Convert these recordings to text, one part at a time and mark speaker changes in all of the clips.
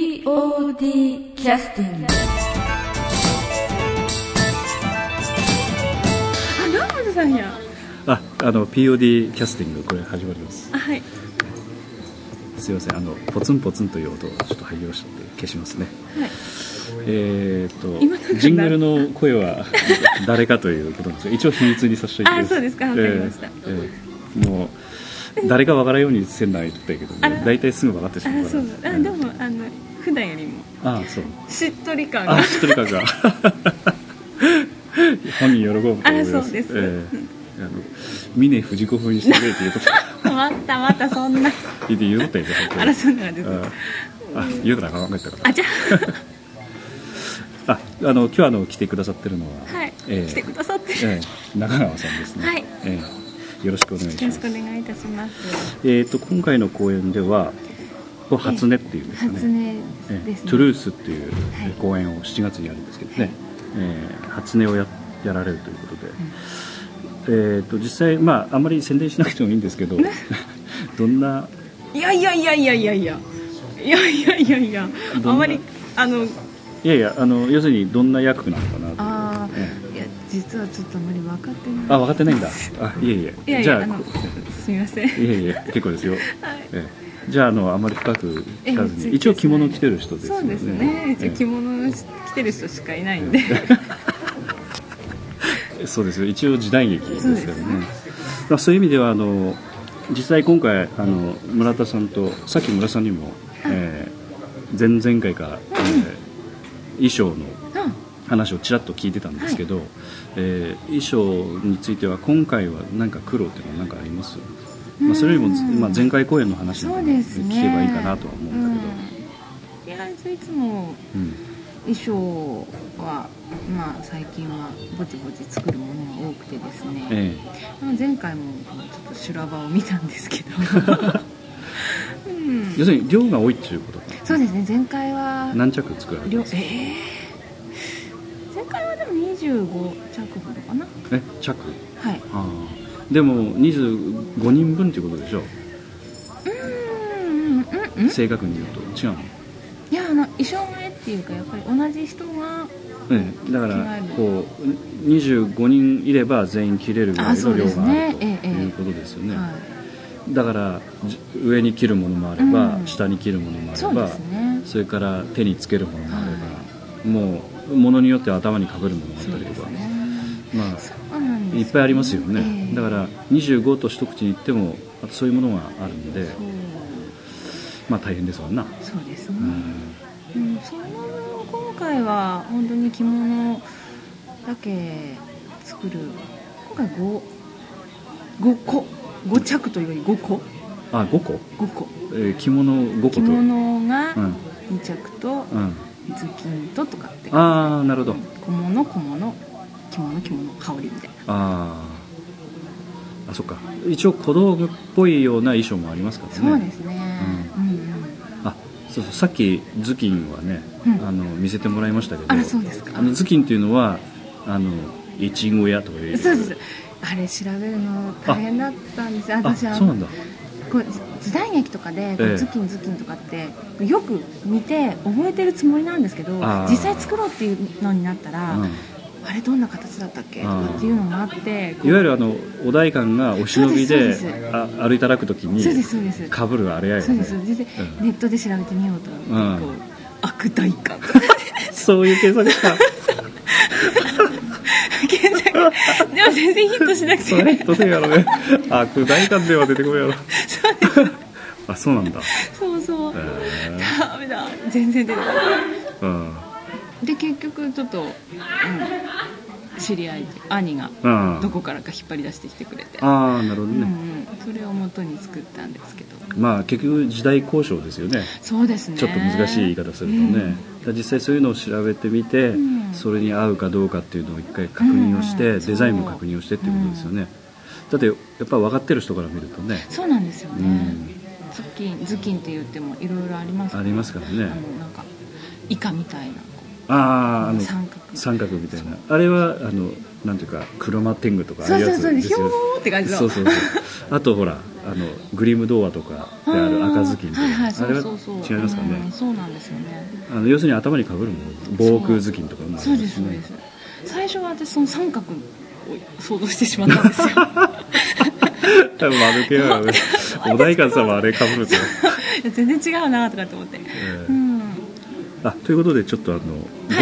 Speaker 1: POD キャスティング
Speaker 2: あ、ナムズさんや。
Speaker 3: あ、あの POD キャスティングこれ始まります。
Speaker 2: あ、はい。
Speaker 3: すいません、あのポツンポツンという音をちょっと廃業して消しますね。
Speaker 2: はい。
Speaker 3: え
Speaker 2: 今な
Speaker 3: ー、
Speaker 2: ん
Speaker 3: と
Speaker 2: か
Speaker 3: ジングルの声は誰かということなんですが、一応秘密にさせていただきます。
Speaker 2: あそうですかわかりました
Speaker 3: えーえーもう誰かわからんようにせんないと言ったけど、
Speaker 2: あ
Speaker 3: ね
Speaker 2: ら、
Speaker 3: 大体すぐ分かってしまう
Speaker 2: あ、
Speaker 3: か
Speaker 2: そ
Speaker 3: ら。
Speaker 2: うだ。あ、でも、あの、普段よりも。
Speaker 3: あ、そう。
Speaker 2: しっとり感が
Speaker 3: あ、。 しっとり感が。本人喜ぶと思います。
Speaker 2: あそうです
Speaker 3: えーあの峰藤子風にしてくれってい うこと。
Speaker 2: また、また、そんな。
Speaker 3: 言って言うとったよね本当に
Speaker 2: あら、そうなんです。
Speaker 3: うんあ、言うたら考えたから。
Speaker 2: あ、じゃ
Speaker 3: あ、あの今日あの来てくださってるのは、
Speaker 2: あ。はい。
Speaker 3: ええ
Speaker 2: 来てくださって。よ
Speaker 3: ええ中川さんですね。
Speaker 2: はい
Speaker 3: ええよろしくお願いし
Speaker 2: ろ
Speaker 3: ま
Speaker 2: し
Speaker 3: す
Speaker 2: くお。願いいたします。
Speaker 3: えっ、と今回の公演では、これ初音っていうんですかね。
Speaker 2: 初音
Speaker 3: ええ
Speaker 2: ですね。
Speaker 3: トゥルースっていう
Speaker 2: はい
Speaker 3: 公演を7月にやるんですけどね、
Speaker 2: はい
Speaker 3: ええ初音をややられるということで、えっ、と実際まああんまり宣伝しなくてもいいんです けど、どんない
Speaker 2: やいやいやいやいやいや。いやいやいやいや。あ
Speaker 3: どんなん
Speaker 2: まり、あの、
Speaker 3: いやいやあの要するにどんな役なのかなという。
Speaker 2: あ
Speaker 3: ええ
Speaker 2: あ。いや、実はちょっとあまり分かってない。
Speaker 3: あ、分かってないんだ。あ、いえい
Speaker 2: い
Speaker 3: え。
Speaker 2: やい
Speaker 3: じゃ
Speaker 2: や、
Speaker 3: あ、
Speaker 2: あの
Speaker 3: こ、
Speaker 2: すみません。
Speaker 3: いえいえ、結構ですよ。
Speaker 2: はい。
Speaker 3: ええじゃあ、あの、あまり深く聞かず
Speaker 2: ええ
Speaker 3: に、一応着物着てる人ですよ
Speaker 2: そう
Speaker 3: ね。
Speaker 2: ですね。一応着
Speaker 3: 物。
Speaker 2: 物着てる人しかいないんで。
Speaker 3: そうですよ。一応時代劇ですよ
Speaker 2: そうです
Speaker 3: ね。まあ、そういう意味では、あの、実際今回、あの、村田さんと、さっき村さんにも、ええ前々回から、ええ衣装の
Speaker 2: うん
Speaker 3: 話をちらっと聞いてたんですけど、えー衣装については今回は何か苦労っていうのは何かあります、まあ、それよりも、
Speaker 2: うん
Speaker 3: まあ、前回公演の話な
Speaker 2: そ
Speaker 3: ん
Speaker 2: う
Speaker 3: で
Speaker 2: ですね
Speaker 3: 聞けばいいかなとは思うんだ
Speaker 2: うんいやいついつも
Speaker 3: けど、うん
Speaker 2: 衣装はまあ最近はぼちぼち作るものが多くてです ね、
Speaker 3: え
Speaker 2: まあ前回もちょっと修羅場を見たんですけど、うん
Speaker 3: え要するに量が多いっていうことか
Speaker 2: そうですね前回は
Speaker 3: 何着作られて
Speaker 2: りょ
Speaker 3: ま
Speaker 2: え
Speaker 3: す
Speaker 2: ー前回はでも25着ほどかな
Speaker 3: え着
Speaker 2: はい
Speaker 3: ああでも25人分っていうことでしょ、
Speaker 2: うんうんうんうん
Speaker 3: 正確に言うと違うの、
Speaker 2: いやあの衣装替えっていうかやっぱり同じ人が
Speaker 3: ええだか
Speaker 2: 違
Speaker 3: ら
Speaker 2: うの
Speaker 3: こう25人いれば全員切れるぐら
Speaker 2: あ
Speaker 3: い
Speaker 2: そ
Speaker 3: の
Speaker 2: う
Speaker 3: 量
Speaker 2: です
Speaker 3: があ
Speaker 2: ね
Speaker 3: ると
Speaker 2: ええええ
Speaker 3: いうことですよね、
Speaker 2: は
Speaker 3: だからじ上に切るものもあれば、
Speaker 2: うん
Speaker 3: 下に切るものもあ
Speaker 2: い、
Speaker 3: れ
Speaker 2: そう
Speaker 3: ば
Speaker 2: ですね
Speaker 3: それから手につけるものもあれば、もうものによっては頭にかぶるものもあっ
Speaker 2: そ
Speaker 3: た
Speaker 2: う
Speaker 3: り
Speaker 2: で
Speaker 3: と
Speaker 2: す
Speaker 3: か、
Speaker 2: ね
Speaker 3: まあ
Speaker 2: そうなんです
Speaker 3: いっぱいありますよね、
Speaker 2: ええ
Speaker 3: だから25と一口に言ってもあとそういうものがあるんでまあ大変ですわな、
Speaker 2: そうそうです
Speaker 3: う
Speaker 2: ね、う
Speaker 3: ん
Speaker 2: ん、その分今回は本当に着物だけ作る今回 5, 5個5着というより5個
Speaker 3: あ5個、
Speaker 2: 5個
Speaker 3: えー着物5個と
Speaker 2: 着物が
Speaker 3: うん
Speaker 2: 2着と
Speaker 3: うん、
Speaker 2: 頭巾ととかって小
Speaker 3: ああなるほど
Speaker 2: 物小物着物着物羽織みたいな
Speaker 3: あーあそっか一応小道具っぽいような衣装もありますからね
Speaker 2: そうですね、うんうん
Speaker 3: あそうそうさっき頭巾はね、
Speaker 2: うん
Speaker 3: あの見せてもらいましたけど
Speaker 2: あらそうですか
Speaker 3: あの頭巾っていうのはあのいちご屋とかいう
Speaker 2: そうですあれ調べるの大変だったんですよ
Speaker 3: あ
Speaker 2: 私
Speaker 3: そうなんだ
Speaker 2: こう時代劇とかでこ
Speaker 3: え
Speaker 2: う
Speaker 3: え
Speaker 2: ズキンズキンとかってよく見て覚えてるつもりなんですけど
Speaker 3: あー
Speaker 2: 実際作ろうっていうのになったら、
Speaker 3: うん
Speaker 2: あれどんな形だったっけと
Speaker 3: あー
Speaker 2: かっていうのがあってこう
Speaker 3: いわゆるあのお代官がお忍び
Speaker 2: そう
Speaker 3: で
Speaker 2: ですそうで
Speaker 3: あ歩いただくとき
Speaker 2: そうで
Speaker 3: に
Speaker 2: すそうです
Speaker 3: かぶるあれやよ
Speaker 2: そう
Speaker 3: ね
Speaker 2: ですそうですで
Speaker 3: うん
Speaker 2: ネットで調べてみようと思って、
Speaker 3: うん
Speaker 2: こう悪代官
Speaker 3: そういう計算 か
Speaker 2: 検索でも全然ヒットしなく
Speaker 3: それ
Speaker 2: て
Speaker 3: とせやろねあ九代官では出てこないやろ あそうなんだ
Speaker 2: そうそう、
Speaker 3: へえ
Speaker 2: ダメだ全然出てこない
Speaker 3: うん
Speaker 2: で結局ちょっと、うん、知り合い兄が
Speaker 3: うん
Speaker 2: どこからか引っ張り出してきてくれて、
Speaker 3: ああなるほど
Speaker 2: うんう
Speaker 3: ね、
Speaker 2: ん、それを元に作ったんですけど
Speaker 3: まあ結局時代交渉ですよね
Speaker 2: そうですね
Speaker 3: ちょっと難しい言い方するとね、実際そういうのを調べてみて、
Speaker 2: ん
Speaker 3: それに合うかどうかっていうのを一回確認をして、
Speaker 2: うんうん
Speaker 3: デザインも確認をしてっていうことですよね、だってやっぱ分かってる人から見るとね、
Speaker 2: そうなんですよ
Speaker 3: う
Speaker 2: ね、
Speaker 3: ん、
Speaker 2: ズッキンズッキンって言ってもいろいろあります
Speaker 3: ありますから
Speaker 2: あの
Speaker 3: ね
Speaker 2: なんかイカみたいなこ
Speaker 3: あああの
Speaker 2: 三角
Speaker 3: 三角みたいなあれはあのなんていうかクロマテングと
Speaker 2: う
Speaker 3: かあ
Speaker 2: そ
Speaker 3: あ
Speaker 2: う
Speaker 3: いう
Speaker 2: そ
Speaker 3: や
Speaker 2: う
Speaker 3: つ
Speaker 2: そう
Speaker 3: で
Speaker 2: ですひょ
Speaker 3: よ
Speaker 2: ーって感じの
Speaker 3: そうそうそうあとほらあのグリム童話とかである赤ずきんで
Speaker 2: はいはい、
Speaker 3: あ
Speaker 2: そ
Speaker 3: れ
Speaker 2: う
Speaker 3: は
Speaker 2: そうそう
Speaker 3: 違いますか
Speaker 2: うん
Speaker 3: ね
Speaker 2: そうなんですよね
Speaker 3: あの要するに頭にかぶるもの防空頭巾とかもあり
Speaker 2: そう
Speaker 3: ま
Speaker 2: です
Speaker 3: す
Speaker 2: そうで
Speaker 3: ね
Speaker 2: す最初は私その三角を想像してしまったんです よ
Speaker 3: 多分丸 系はねお代官様あれかぶると、
Speaker 2: いや全然違うなとかって思って
Speaker 3: え
Speaker 2: う
Speaker 3: ー
Speaker 2: ん
Speaker 3: あということでちょっとあの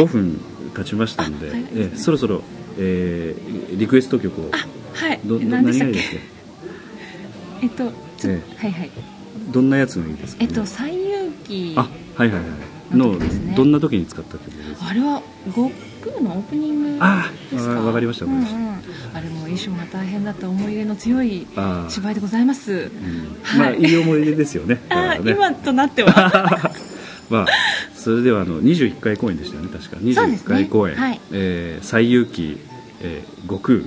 Speaker 3: 5分経ちましたんで、
Speaker 2: あはい
Speaker 3: えーそろそろ、えーリクエスト曲を
Speaker 2: はい
Speaker 3: どど
Speaker 2: 何で
Speaker 3: 何
Speaker 2: し
Speaker 3: が
Speaker 2: た
Speaker 3: い
Speaker 2: っ
Speaker 3: いで
Speaker 2: け
Speaker 3: すか
Speaker 2: えっとちょ
Speaker 3: え
Speaker 2: はいはい
Speaker 3: どんなやつがいいですか、
Speaker 2: え
Speaker 3: ね
Speaker 2: っと「西遊記」
Speaker 3: あはいはいはいの
Speaker 2: の時ですね
Speaker 3: どんな時に使った曲ですか
Speaker 2: あれは悟空のオープニング
Speaker 3: あ
Speaker 2: です
Speaker 3: あ
Speaker 2: か
Speaker 3: わかりましたわかりました
Speaker 2: うんうんあれも衣装が大変だった思い入れの強い
Speaker 3: あー
Speaker 2: 芝居でございます
Speaker 3: うん
Speaker 2: はい
Speaker 3: まあいい思い出ですよねだ か
Speaker 2: あ
Speaker 3: ら
Speaker 2: ー
Speaker 3: ね
Speaker 2: 今となって は
Speaker 3: まあそれではあの21回公演でしたよね確か
Speaker 2: そうです
Speaker 3: 21
Speaker 2: ね
Speaker 3: 回公演、
Speaker 2: はい
Speaker 3: えー西遊記、えー悟空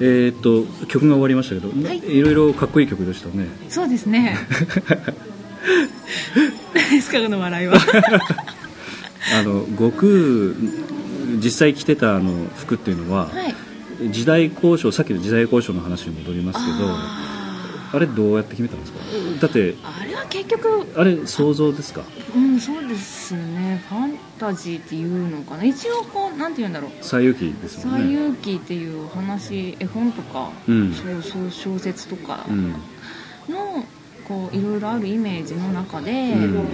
Speaker 3: えーっと曲が終わりましたけど、
Speaker 2: はい
Speaker 3: いろいろかっこいい曲でしたね
Speaker 2: そうです ね何ですかこの笑いは
Speaker 3: あの悟空実際着てたあの服っていうのは、
Speaker 2: はい
Speaker 3: 時代交渉さっきの時代交渉の話に戻りますけどあ
Speaker 2: あ
Speaker 3: れどうやって決めたんですかだって
Speaker 2: ーあれは結局
Speaker 3: あれ想像ですか
Speaker 2: うんそうですねファンタジーっていうのかな一応こうなんて言うんだろう
Speaker 3: 西遊記ですもん
Speaker 2: 西
Speaker 3: ね
Speaker 2: 遊記っていうお話絵本とか、
Speaker 3: うん
Speaker 2: そうそう小説とか
Speaker 3: うん
Speaker 2: の、こういろいろあるイメージの中で、
Speaker 3: う
Speaker 2: こ
Speaker 3: ん
Speaker 2: ううんこ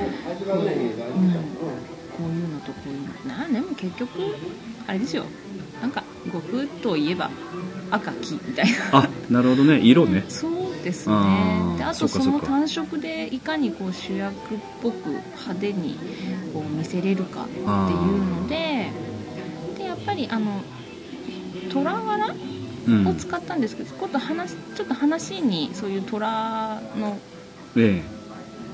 Speaker 2: ういうのとこういうのなんでも結局あれですよなんか悟空といえば赤黄みたいな
Speaker 3: あなるほどね色ね
Speaker 2: そうですね
Speaker 3: あー
Speaker 2: であと
Speaker 3: そ
Speaker 2: そ
Speaker 3: っかそっ
Speaker 2: の
Speaker 3: か
Speaker 2: 単色でいかにこう主役っぽく派手にこう見せれるかっていうのででやっぱりあの虎柄
Speaker 3: うん
Speaker 2: を使ったんですけど、今度話ちょっと話にそういう虎の
Speaker 3: え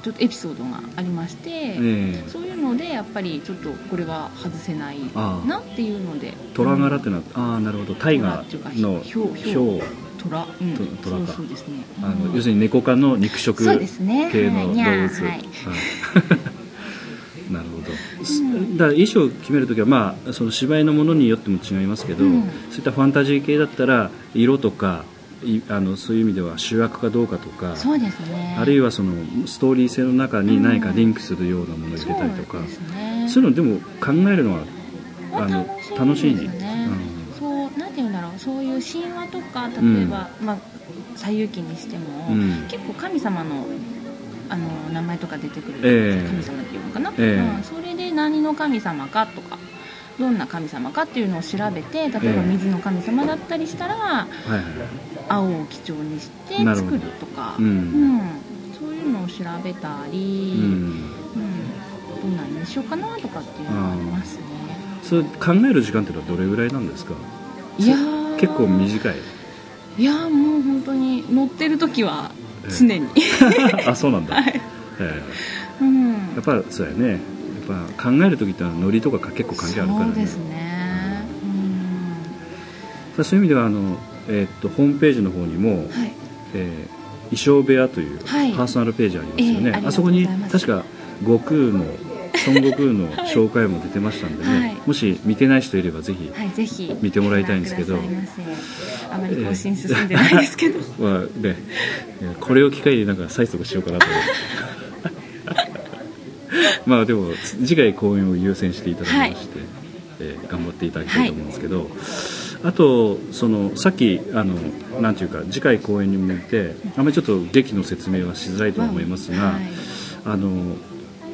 Speaker 2: ちょっとエピソードがありまして、
Speaker 3: えええ
Speaker 2: そういうのでやっぱりちょっとこれは外せない
Speaker 3: ああ
Speaker 2: なっていうので
Speaker 3: 虎柄っ
Speaker 2: うん
Speaker 3: てのはああなるほど大河の
Speaker 2: ひょうひ
Speaker 3: ひ
Speaker 2: ょう
Speaker 3: ょう
Speaker 2: 虎、うん、
Speaker 3: と虎
Speaker 2: そ
Speaker 3: か
Speaker 2: うそうですね
Speaker 3: あの
Speaker 2: うん
Speaker 3: 要するに猫科の肉食
Speaker 2: そうですね
Speaker 3: 系の
Speaker 2: はい
Speaker 3: 動物、
Speaker 2: にゃー
Speaker 3: は
Speaker 2: はいい
Speaker 3: なるほど、すだから衣装を決めるときは、まあ、その芝居のものによっても違いますけど、
Speaker 2: うん
Speaker 3: そういったファンタジー系だったら色とかいあのそういう意味では主役かどうかとか
Speaker 2: そうですね
Speaker 3: あるい
Speaker 2: は
Speaker 3: はそのストーリー性の中に何かリンクするようなものを入
Speaker 2: そ
Speaker 3: れたりと
Speaker 2: う
Speaker 3: か、
Speaker 2: ですね
Speaker 3: そういうのでも考えるのは
Speaker 2: まあ
Speaker 3: あの
Speaker 2: 楽
Speaker 3: 楽
Speaker 2: し
Speaker 3: し
Speaker 2: い
Speaker 3: い
Speaker 2: ですね
Speaker 3: ね、うん
Speaker 2: か例えば、まあ西遊記にしても、
Speaker 3: うん
Speaker 2: 結構神様のあの名前とか出てくる、
Speaker 3: ええ
Speaker 2: 神様っていうのかな、
Speaker 3: ええ
Speaker 2: まあそれで何の神様かとかどんな神様かっていうのを調べて例えば
Speaker 3: ええ
Speaker 2: 水の神様だったりしたら、
Speaker 3: はいはい
Speaker 2: 青を基調にして
Speaker 3: なるほ
Speaker 2: 作
Speaker 3: ど
Speaker 2: るとか
Speaker 3: うん
Speaker 2: うんそういうのを調べた
Speaker 3: う
Speaker 2: り、
Speaker 3: ん
Speaker 2: うんどんなにしようかなとかっていうのはありますね、
Speaker 3: それ考える時間ってのはどれぐらいなんですか
Speaker 2: いやー
Speaker 3: 結構短い
Speaker 2: いやーもう本当に乗ってる時は常に、
Speaker 3: あそうなんだ、
Speaker 2: はい
Speaker 3: え
Speaker 2: うん
Speaker 3: えやっぱそうやねやっぱ考える時ってのはノリとか結構関係あるから
Speaker 2: そ
Speaker 3: ね
Speaker 2: うですねうん
Speaker 3: まあそういう意味ではあの、えーっとホームページの方にも、
Speaker 2: はい
Speaker 3: えー衣装部屋というパ
Speaker 2: はい
Speaker 3: ーソナルページありますよね、
Speaker 2: ええありがとうございます
Speaker 3: そこに確か悟空の孫悟空の紹介も出てましたんでね、
Speaker 2: はい
Speaker 3: もし見てない人いればぜひ、
Speaker 2: はいぜひ
Speaker 3: 見てもらいたいんですけど
Speaker 2: ご覧くださいませあまり更新進んでないですけど、
Speaker 3: まあね、えーこれを機会になんか催促しよう かなと思ってまあでも次回公演を優先していただきまして、えー頑張っていただきたいと思うんですけど、あとそのさっきあのなんていうか次回公演に向いてあんまりちょっと劇の説明はしづらいと思いますが、
Speaker 2: はい
Speaker 3: あの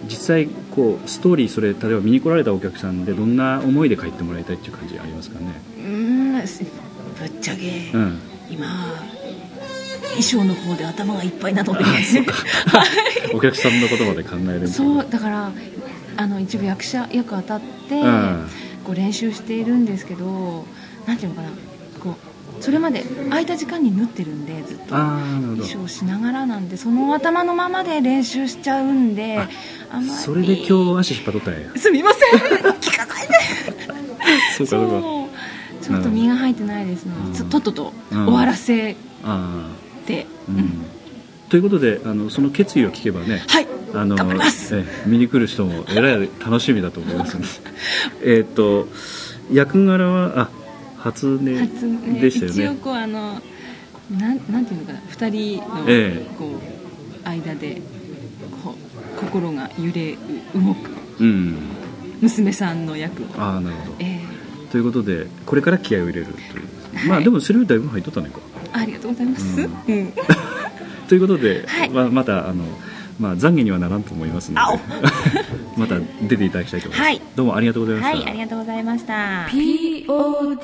Speaker 3: 実際こうストーリーそれ例えば見に来られたお客さんでどんな思いで帰ってもらいたいっていう感じありますかね、
Speaker 2: うーんすぶっちゃけ、
Speaker 3: うん、
Speaker 2: 今衣装の方で頭がいっぱいなので
Speaker 3: お客さんのことまで考える
Speaker 2: そうだからあの一部役者役当たって、
Speaker 3: うん
Speaker 2: こう練習しているんですけどなんていうのかなこうそれまで空いた時間に縫ってるんでずっと
Speaker 3: ああなるほ
Speaker 2: 衣
Speaker 3: ど
Speaker 2: 装をしながらなんでその頭のままで練習しちゃうんで
Speaker 3: あ
Speaker 2: あんまり
Speaker 3: それで今日足引っ張っとっ たんや
Speaker 2: すみません聞かないで
Speaker 3: そうかそうか
Speaker 2: そうちょっと身が入ってないですね
Speaker 3: うん
Speaker 2: ちょとっとと
Speaker 3: うん
Speaker 2: 終わらせ
Speaker 3: あ
Speaker 2: て、
Speaker 3: あうんということであのその決意を聞けばね
Speaker 2: はい
Speaker 3: あの
Speaker 2: 頑張ります
Speaker 3: ええ見に来る人もえらい楽しみだと思いますの でえっと役柄はあ
Speaker 2: 初
Speaker 3: 初音
Speaker 2: ね
Speaker 3: でしたよね
Speaker 2: 一応こうあのなんなんていうのかな二人の
Speaker 3: ええ
Speaker 2: こう間でこう心が揺れ動く
Speaker 3: うん
Speaker 2: 娘さんの役を、
Speaker 3: ああなるほど
Speaker 2: ええ
Speaker 3: ということでこれから気合を入れるというまあでもそれよりだいぶ入っとったねこ
Speaker 2: ありがとうございます、
Speaker 3: うん
Speaker 2: うん、
Speaker 3: ということで、
Speaker 2: はい
Speaker 3: まあまたあの、まあ、懺悔にはならんと思いますの
Speaker 2: あお
Speaker 3: で また出ていただきたいと思います、
Speaker 2: はい
Speaker 3: どうもありがとうございまし
Speaker 2: は
Speaker 3: た、
Speaker 2: いありがとうございました
Speaker 1: POD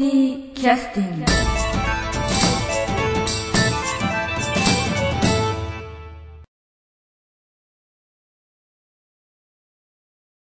Speaker 1: キャスティング